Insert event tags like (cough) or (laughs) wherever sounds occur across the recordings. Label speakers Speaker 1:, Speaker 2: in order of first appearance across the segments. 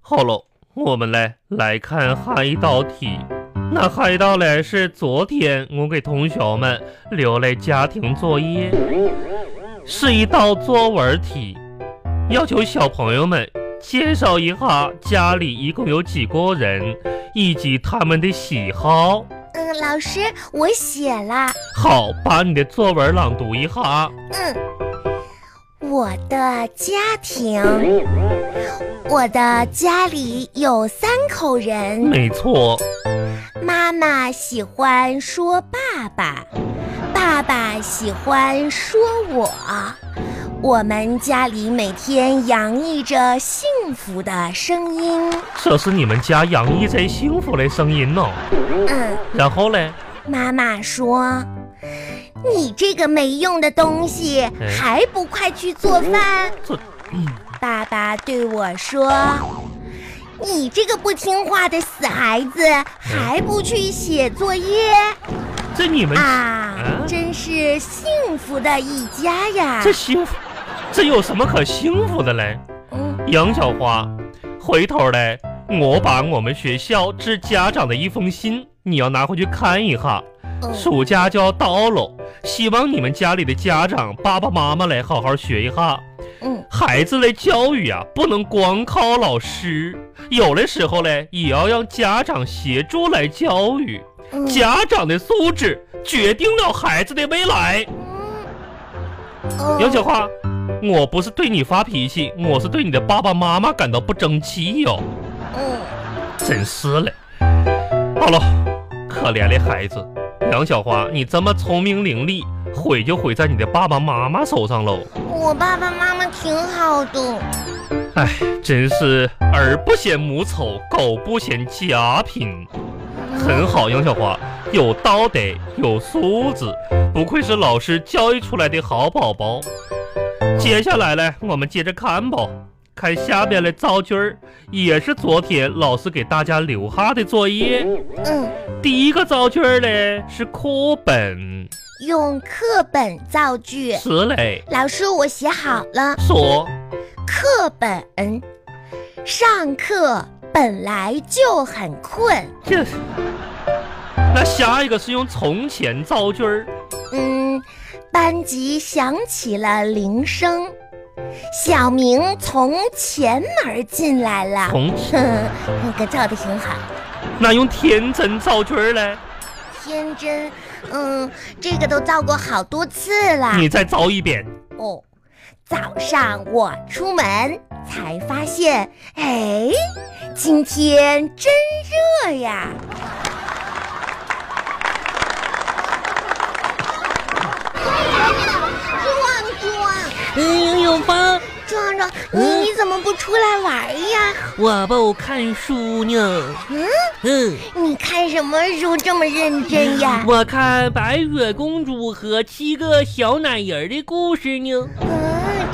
Speaker 1: 好喽，我们来来看下一道题。那下一道嘞是昨天我给同学们留嘞家庭作业，是一道作文题，要求小朋友们介绍一下家里一共有几个人，以及他们的喜好。
Speaker 2: 嗯，老师，我写了。
Speaker 1: 好，把你的作文朗读一下啊。
Speaker 2: 嗯，我的家庭，我的家里有三口人。
Speaker 1: 没错，
Speaker 2: 妈妈喜欢说爸爸，爸爸喜欢说我。我们家里每天洋溢着幸福的声音。
Speaker 1: 这是你们家洋溢着幸福的声音呢。
Speaker 2: 嗯，
Speaker 1: 然后嘞，
Speaker 2: 妈妈说：“你这个没用的东西，还不快去做饭？”
Speaker 1: 这嗯
Speaker 2: 爸爸对我说：“你这个不听话的死孩子，还不去写作业
Speaker 1: 这你们、
Speaker 2: 啊
Speaker 1: 嗯！
Speaker 2: 真是幸福的一家呀
Speaker 1: 这！”幸福，这有什么可幸福的嘞？
Speaker 2: 嗯，
Speaker 1: 杨小花，回头嘞，我把我们学校致家长的一封信，你要拿回去看一下。
Speaker 2: 嗯
Speaker 1: 暑假就要到喽，希望你们家里的家长爸爸妈妈来好好学一下。
Speaker 2: 嗯，
Speaker 1: 孩子的教育啊，不能光靠老师，有的时候嘞，也要让家长协助来教育。
Speaker 2: 嗯
Speaker 1: 家长的素质决定了孩子的未来。
Speaker 2: 哦
Speaker 1: 杨小花，我不是对你发脾气，我是对你的爸爸妈妈感到不争气哟、
Speaker 2: 嗯
Speaker 1: 真是嘞。好了，可怜的孩子，杨小花，你这么聪明伶俐，毁就毁在你的爸爸妈妈手上喽。
Speaker 2: 我爸爸妈妈挺好的。
Speaker 1: 哎，真是儿不嫌母丑，狗不嫌家贫。很好，杨小花，有道德，有素质，不愧是老师教育出来的好宝宝。接下来呢，我们接着看吧，看下边的造句儿，也是昨天老师给大家留下的作业。
Speaker 2: 嗯，
Speaker 1: 第一个造句儿嘞是课本，
Speaker 2: 用课本造句。
Speaker 1: 是嘞，
Speaker 2: 老师，我写好了。
Speaker 1: 说
Speaker 2: 课本，上课本来就很困，
Speaker 1: 这。那下一个是用从前造句儿，
Speaker 2: 嗯，班级响起了铃声，小明从前门进来了。
Speaker 1: 从
Speaker 2: 哼， (laughs) 那个造的挺好，
Speaker 1: 那用天真造句儿嘞，
Speaker 2: 天真，嗯，这个都造过好多次了。
Speaker 1: 你再造一遍。
Speaker 2: 哦，早上我出门才发现，哎，今天真热呀。壮壮，
Speaker 3: 嗯，杨小芳，
Speaker 2: 壮壮，
Speaker 3: 嗯
Speaker 2: 你你怎么不出来玩呀？
Speaker 3: 我不看书呢。
Speaker 2: 嗯
Speaker 3: 嗯，
Speaker 2: 你看什么书这么认真呀？
Speaker 3: 我看《白雪公主和七个小奶人》的故事呢。
Speaker 2: 嗯，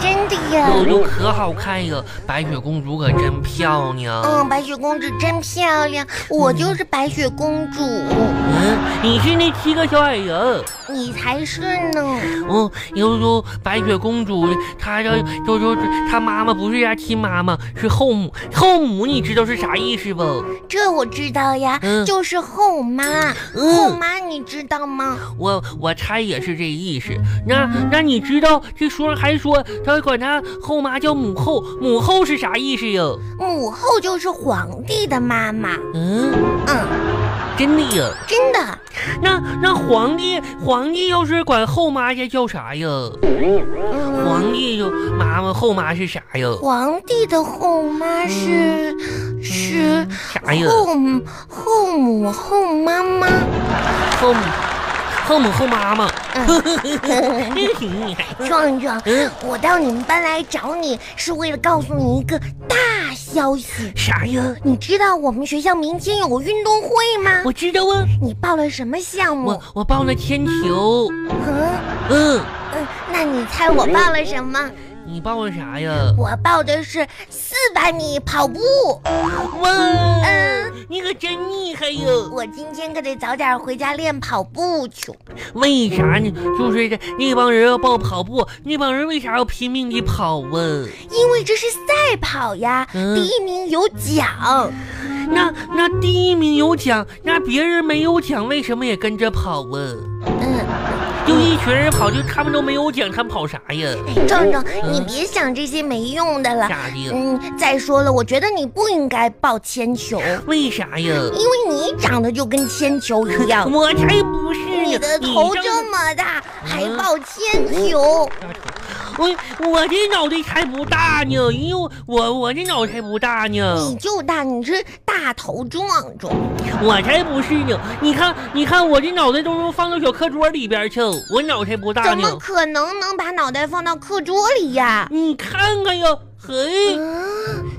Speaker 2: 真的呀。
Speaker 3: 哟哟，可好看呀！白雪公主可真漂亮。
Speaker 2: 嗯，白雪公主真漂亮，我就是白雪公主，
Speaker 3: 嗯，你是那七个小矮人。
Speaker 2: 你才是呢。
Speaker 3: 哦，有时候白雪公主她要，就说她妈妈不是她亲妈妈，是后母。后母你知道是啥意思不？
Speaker 2: 这我知道呀，
Speaker 3: 嗯
Speaker 2: 就是后妈。
Speaker 3: 嗯
Speaker 2: 后妈你知道吗？
Speaker 3: 我我猜也是这意思。那那你知道这书上还说他管他后妈叫母后，母后是啥意思呀？
Speaker 2: 母后就是皇帝的妈妈。
Speaker 3: 嗯，
Speaker 2: 嗯，
Speaker 3: 真的呀。
Speaker 2: 真的，
Speaker 3: 那那皇帝皇帝要是管后妈家叫啥呀？
Speaker 2: 嗯，
Speaker 3: 皇帝就妈妈后妈是啥呀？
Speaker 2: 皇帝的后妈是、是
Speaker 3: 嗯啥呀？
Speaker 2: 后母后母后妈妈。
Speaker 3: 后母后母后妈妈。
Speaker 2: 嗯
Speaker 3: 真挺厉害。
Speaker 2: 壮壮，
Speaker 3: 嗯，
Speaker 2: 我到你们班来找你是为了告诉你一个大消息。
Speaker 3: 啥呀？
Speaker 2: 你知道我们学校明天有运动会吗？
Speaker 3: (laughs) 我知道啊，
Speaker 2: 你报了什么项目
Speaker 3: 我？我报了铅球。
Speaker 2: 嗯
Speaker 3: 嗯，
Speaker 2: 嗯，那你猜我报了什么？
Speaker 3: 你抱的啥呀？
Speaker 2: 我报的是四百米跑步。
Speaker 3: 哇，你可真厉害呀！
Speaker 2: 我今天可得早点回家练跑步去。
Speaker 3: 为啥呢？就是这那帮人要报跑步，那帮人为啥要拼命的跑啊？
Speaker 2: 因为这是赛跑呀，
Speaker 3: 嗯
Speaker 2: 第一名有奖。
Speaker 3: 那那第一名有奖，那别人没有奖，为什么也跟着跑啊？
Speaker 2: 嗯，
Speaker 3: 就一群人跑，就他们都没有奖，他们跑啥呀？
Speaker 2: 哎壮壮，你别想这些没用的了。
Speaker 3: 咋的？
Speaker 2: 嗯，再说了，我觉得你不应该报铅球，因
Speaker 3: 为啥呀？
Speaker 2: 为你长得就跟铅球一
Speaker 3: (laughs)
Speaker 2: 样，
Speaker 3: 我才不是呢！
Speaker 2: 你的头
Speaker 3: 你
Speaker 2: 这么大还
Speaker 3: 嗯
Speaker 2: 报铅球。
Speaker 3: 我我这脑袋才不大呢，因为我我这脑袋才不大呢
Speaker 2: 你，就大，你是大头壮壮。
Speaker 3: 我才不是呢。你看，你看我这脑袋都能放到小课桌里边去，我脑袋不大
Speaker 2: 怎么
Speaker 3: 呢。
Speaker 2: 可能能把脑袋放到课桌里呀？
Speaker 3: 你看看呀，嘿，
Speaker 2: 嗯，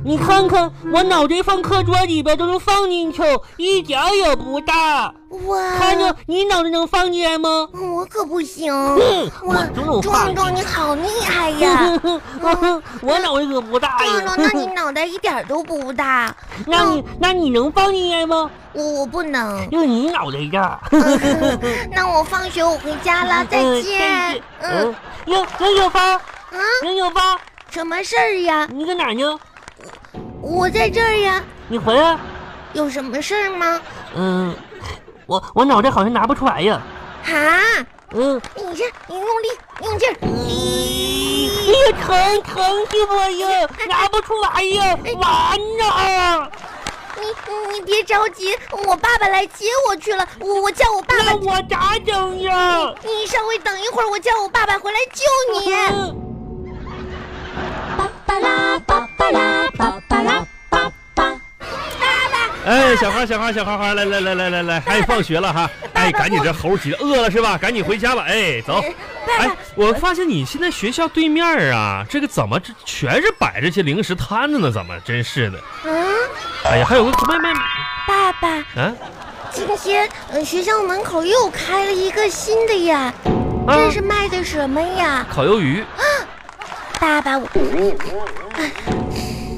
Speaker 3: 你看看我脑袋放课桌里边都能放进去，一点儿也不大。看
Speaker 2: 哇
Speaker 3: 着，你脑袋能放进来吗？
Speaker 2: 啊我可不行。
Speaker 3: 哼，嗯我
Speaker 2: 哇
Speaker 3: 总有话
Speaker 2: 壮。壮，你好厉害
Speaker 3: (laughs)
Speaker 2: 呀！
Speaker 3: 哼哼哼我脑袋可不大
Speaker 2: 壮
Speaker 3: 哎呀
Speaker 2: 壮，。那你哦脑袋一点都不大，
Speaker 3: (laughs) 那你那你能放进来吗？
Speaker 2: 我我不
Speaker 3: (laughs)
Speaker 2: 能。
Speaker 3: 就你脑袋大。
Speaker 2: 那我放学我回家了，再
Speaker 3: (laughs) 嗯
Speaker 2: 见。嗯
Speaker 3: 嗯，杨杨小芳，
Speaker 2: 啊，
Speaker 3: 杨小芳，
Speaker 2: 什么事儿呀？
Speaker 3: 你在哪儿呢？
Speaker 2: 我在这儿呀，
Speaker 3: 你回来。
Speaker 2: 有什么事儿吗？
Speaker 3: 嗯，我我脑袋好像拿不出来呀。
Speaker 2: 啊，
Speaker 3: 嗯，
Speaker 2: 你这你用力用劲儿，
Speaker 3: 哎呀，疼疼死我呀，拿不出来呀，完了！啊
Speaker 2: 你你别着急，我爸爸来接我去了，我我叫我爸爸
Speaker 3: 那，我咋整呀？
Speaker 2: 你稍微等一会儿，我叫我爸爸回来救你。
Speaker 3: 嗯
Speaker 4: 巴巴拉巴巴拉巴巴拉巴巴。
Speaker 1: 哎，小花，小花，小花花，来来来来来来，哎，放学了哈，哎，赶紧这猴急的饿了是吧？赶紧回家吧，哎，走。
Speaker 2: 爸
Speaker 1: 哎
Speaker 2: 爸，，
Speaker 1: 我发现你现在学校对面啊，这个怎么这全是摆这些零食摊子呢？怎么真是的？
Speaker 2: 嗯，
Speaker 1: 哎呀，还有个卖卖
Speaker 2: 爸爸，
Speaker 1: 啊
Speaker 2: 今天呃学校门口又开了一个新的呀，
Speaker 4: 嗯
Speaker 1: 啊，
Speaker 2: 这是卖的什么呀？
Speaker 1: 烤鱿鱼，
Speaker 2: 爸爸，我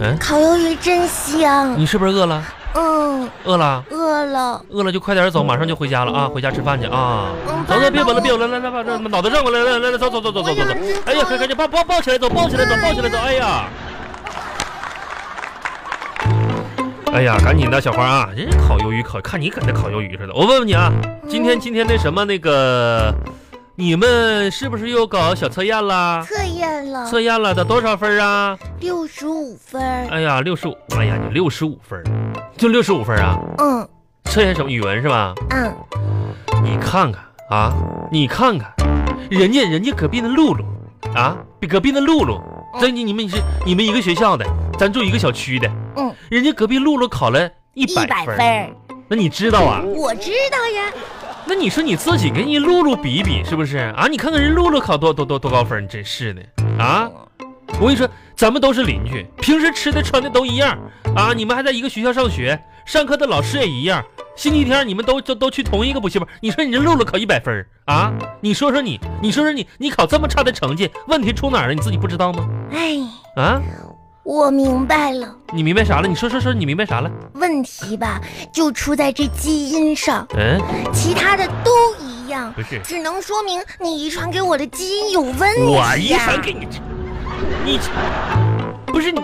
Speaker 1: 嗯，
Speaker 2: 烤鱿鱼真香。
Speaker 1: 你是不是饿了？
Speaker 2: 嗯，
Speaker 1: 饿了，
Speaker 2: 饿了。
Speaker 1: 饿了就快点走，马上就回家了啊，回家吃饭去啊。
Speaker 2: 嗯，
Speaker 1: 走
Speaker 2: 爸
Speaker 1: 走，别
Speaker 2: 爸
Speaker 1: 闻了，别闻了，来来把这脑袋转过来，来来来，走走走走走走走。嗯哎呀，快赶紧抱抱抱起来，走，抱起来，走，抱起来，走。哎呀，哎呀，赶紧的，小花啊，人家烤鱿鱼烤，看你搁那烤鱿鱼似的。我问问你啊，
Speaker 2: 嗯
Speaker 1: 今天今天那什么那个，你们是不是又搞小测验啦？
Speaker 2: 测验了
Speaker 1: 测验了得多少分啊？
Speaker 2: 六十五分儿。
Speaker 1: 哎呀，六十五。哎呀，你六十五分，就六十五分啊？
Speaker 2: 嗯
Speaker 1: 测验什么？语文是吧？
Speaker 2: 嗯，
Speaker 1: 你看看啊，你看看，人家人家隔壁那露露啊，比隔壁那露露，咱你你们是你们一个学校的，咱住一个小区的，
Speaker 2: 嗯，
Speaker 1: 人家隔壁露露考了一
Speaker 2: 一
Speaker 1: 百
Speaker 2: 百
Speaker 1: 分
Speaker 2: 分
Speaker 1: 儿，
Speaker 2: 儿。
Speaker 1: 那你知道啊？
Speaker 2: 我知道呀，
Speaker 1: 那你说你自己跟人家露露比一比，是不是啊？你看看人露露考多多多多高分，真是的啊！我跟你说，咱们都是邻居，平时吃的穿的都一样啊，你们还在一个学校上学，上课的老师也一样。星期天你们都都都去同一个补习班，你说你这露露考一百分儿啊？你说说你，你说说你，你考这么差的成绩，问题出哪儿了？你自己不知道吗？
Speaker 2: 哎，
Speaker 1: 啊？
Speaker 2: 我明白了。
Speaker 1: 你明白啥了？你说说说，你明白啥了？
Speaker 2: 问题吧，就出在这基因上，
Speaker 1: 嗯，
Speaker 2: 其他的都一样，
Speaker 1: 不是，
Speaker 2: 只能说明你遗传给我的基因有问题、呀
Speaker 1: 我遗传给你这，你这不是你，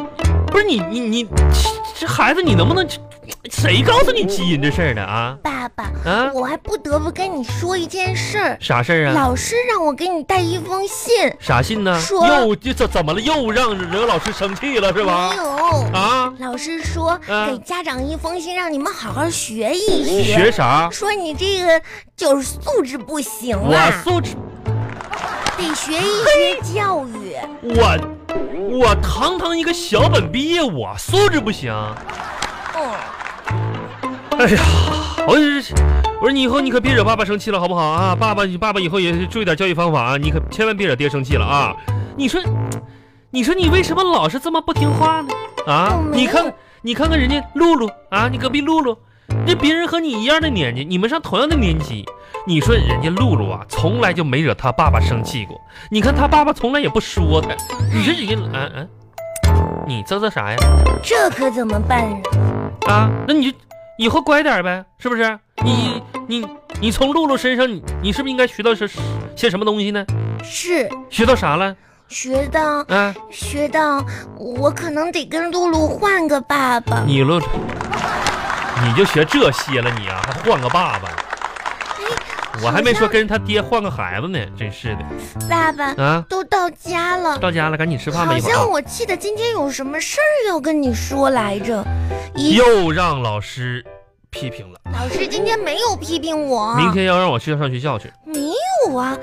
Speaker 1: 不是你你你这这孩子，你能不能这谁告诉你基因这事儿的啊
Speaker 2: 爸爸，
Speaker 1: 啊？
Speaker 2: 我还不得不跟你说一件事儿，
Speaker 1: 啥事儿啊？
Speaker 2: 老师让我给你带一封信，
Speaker 1: 啥信呢？
Speaker 2: 说
Speaker 1: 又这怎怎么了？又让惹老师生气了是吧
Speaker 2: 没？有。
Speaker 1: 啊，
Speaker 2: 老师说、
Speaker 1: 嗯
Speaker 2: 给家长一封信，让你们好好学一
Speaker 1: 学啥？
Speaker 2: 说你这个就是素质不行
Speaker 1: 我
Speaker 2: 啊，
Speaker 1: 素质，
Speaker 2: 得学一学教育。
Speaker 1: 我我堂堂一个小本毕业，我素质不行。
Speaker 2: 嗯，
Speaker 1: 哎呀，我这我说你以后你可别惹爸爸生气了，好不好啊？爸爸，你爸爸以后也注意点教育方法啊，你可千万别惹爹生气了啊！你说，你说你为什么老是这么不听话呢？啊
Speaker 2: 我，没有
Speaker 1: 你看，你看看人家露露啊，你隔壁露露，那别人和你一样的年纪，你们上同样的年级，你说人家露露啊，从来就没惹他爸爸生气过。你看他爸爸从来也不说他，你说人家，嗯、嗯，你啧啧啥呀？
Speaker 2: 这可怎么办啊？
Speaker 1: 啊，那你就以后乖点儿呗，是不是？你你你从露露身上，你你是不是应该学到些些什么东西呢？
Speaker 2: 是
Speaker 1: 学到啥了？
Speaker 2: 学到
Speaker 1: 啊，
Speaker 2: 学到，我可能得跟露露换个爸爸。
Speaker 1: 你露露，你就学这些了你啊，还换个爸爸？我还没说跟他爹换个孩子呢，真是的
Speaker 2: 爸爸
Speaker 1: 啊！
Speaker 2: 都到家了，
Speaker 1: 到家了，赶紧吃饭吧，
Speaker 2: 好
Speaker 1: 一会儿
Speaker 2: 像
Speaker 1: 啊。
Speaker 2: 我记得今天有什么事儿要跟你说来着。一
Speaker 1: 又让老师批评了，
Speaker 2: 老师今天没有批评我，啊
Speaker 1: 明天要让我去上学校去，
Speaker 2: 没有啊？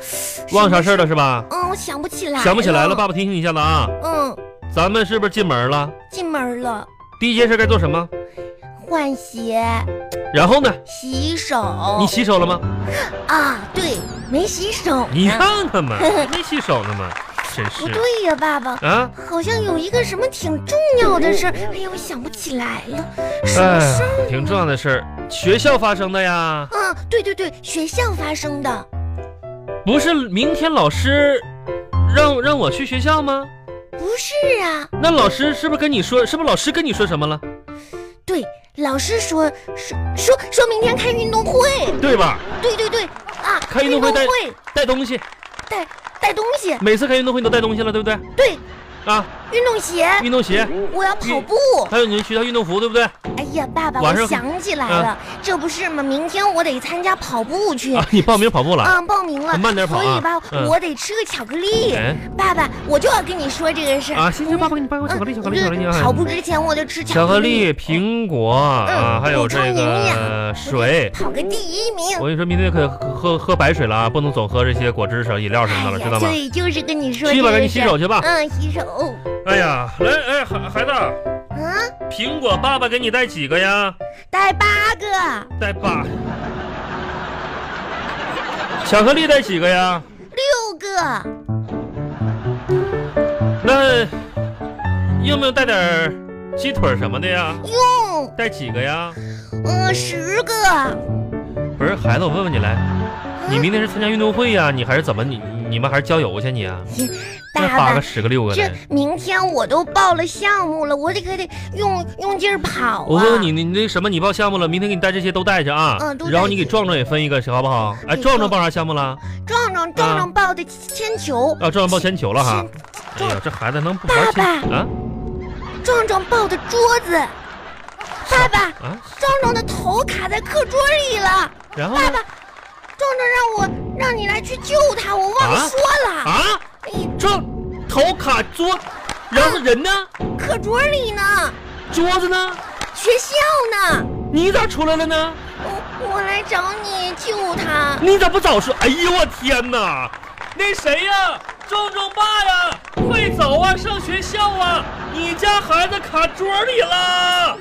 Speaker 1: 忘啥事儿
Speaker 2: 了？
Speaker 1: 了是吧？
Speaker 2: 嗯，我想不起来，
Speaker 1: 想不起来了，。爸爸提醒你一下子啊，
Speaker 2: 嗯，
Speaker 1: 咱们是不是进门了？
Speaker 2: 进门了，
Speaker 1: 第一件事该做什么？
Speaker 2: 换鞋、
Speaker 1: 然后呢？
Speaker 2: 洗手。
Speaker 1: 你洗手了吗？
Speaker 2: 啊，对，没洗手呢。啊
Speaker 1: 你看看
Speaker 2: (laughs)
Speaker 1: 嘛，没洗手呢嘛，真是
Speaker 2: 不对呀、爸爸。
Speaker 1: 啊！
Speaker 2: 好像有一个什么挺重要的事儿，哎呀，我想不起来了，什么
Speaker 1: 哎
Speaker 2: 事儿？，
Speaker 1: 挺重要的事儿，学校发生的呀，
Speaker 2: 嗯，对对对，学校发生的。
Speaker 1: 不是明天老师让让我去学校吗？
Speaker 2: 不是啊，
Speaker 1: 那老师是不是跟你说？是不是老师跟你说什么了？
Speaker 2: 对，老师说说说说明天开运动会，
Speaker 1: 对吧？
Speaker 2: 对对对，啊，
Speaker 1: 开运动会带带东西，
Speaker 2: 带带东西，
Speaker 1: 每次开运动会你都带东西了，对不对？
Speaker 2: 对，
Speaker 1: 啊，
Speaker 2: 运动鞋，
Speaker 1: 运动鞋，
Speaker 2: 我要跑步。
Speaker 1: 还有你们学校运动服，对不对？啊，
Speaker 2: 哎呀，爸爸，
Speaker 1: 晚上
Speaker 2: 我
Speaker 1: 嗯
Speaker 2: 想起来了，这不是吗？明天我得参加跑步去。
Speaker 1: 你报名跑步了？
Speaker 2: 啊，报名了，
Speaker 1: 慢点跑啊
Speaker 2: 所以吧，
Speaker 1: 嗯
Speaker 2: 我得吃个巧克力。
Speaker 1: 哎
Speaker 2: 爸爸，我就要跟你说这个事儿
Speaker 1: 啊，行行，爸爸给你办个巧克力，巧克力，巧克力
Speaker 2: 嗯
Speaker 1: 啊
Speaker 2: 跑！步之前我得吃
Speaker 1: 巧克力、苹果啊，还有
Speaker 2: 补充
Speaker 1: 这
Speaker 2: 营
Speaker 1: 个
Speaker 2: 养
Speaker 1: 水。
Speaker 2: 跑个第一名。
Speaker 1: 我跟你说，明天可喝喝白水了啊，不能总喝这些果汁、啥饮料什么的了，
Speaker 2: 哎
Speaker 1: 知
Speaker 2: 呀
Speaker 1: 道吗？
Speaker 2: 对，就是跟你说这
Speaker 1: 去
Speaker 2: 个
Speaker 1: 吧，
Speaker 2: 事儿。
Speaker 1: 赶紧洗手去啊吧。
Speaker 2: 嗯，洗手。
Speaker 1: 哎呀，来，哎，孩孩子，
Speaker 2: 嗯，
Speaker 1: 苹果爸爸给你带几个呀？
Speaker 2: 带八个，
Speaker 1: 带八。巧克力带几个呀？
Speaker 2: 六个。
Speaker 1: 那用不用带点儿鸡腿儿什么的呀？
Speaker 2: 哟，
Speaker 1: 带几个呀？
Speaker 2: 嗯，十个。
Speaker 1: 不是，孩子，我问问你来，你明天是参加运动会呀？你还是怎么？你你们还是郊游去你啊？那
Speaker 2: 爸
Speaker 1: 八个、
Speaker 2: 爸，
Speaker 1: 十个、六个
Speaker 2: 这
Speaker 1: 的。
Speaker 2: 明天我都报了项目了，我得可得用用劲儿跑啊。
Speaker 1: 我问问哦你，你那什么，你报项目了？明天给你带这些都带着啊。
Speaker 2: 嗯都带着
Speaker 1: 然后你给壮壮也分一个，好不好？哎，
Speaker 2: 给
Speaker 1: 壮壮
Speaker 2: 壮
Speaker 1: 报啥项目了？
Speaker 2: 壮壮，壮
Speaker 1: 嗯
Speaker 2: 壮报的铅球，
Speaker 1: 啊，壮壮报铅球了哈。哎
Speaker 2: 铅
Speaker 1: 呀，这孩子能不玩铅
Speaker 2: 爸
Speaker 1: 啊
Speaker 2: 壮壮抱的桌子，爸爸，
Speaker 1: 啊？
Speaker 2: 壮壮的头卡在课桌里了。
Speaker 1: 然后
Speaker 2: 爸
Speaker 1: 呢
Speaker 2: 爸，壮壮让我让你来去救他，我忘
Speaker 1: 啊
Speaker 2: 说了。
Speaker 1: 啊，
Speaker 2: 哎，
Speaker 1: 壮头卡桌，然后人呢？
Speaker 2: 课桌里呢，
Speaker 1: 桌子呢？
Speaker 2: 学校呢，
Speaker 1: 你咋出来了呢？
Speaker 2: 我我来找你救他。
Speaker 1: 你咋不早说？哎呦我天哪！那谁呀、壮壮爸呀，快走啊，上学校啊！你家孩子卡桌里了。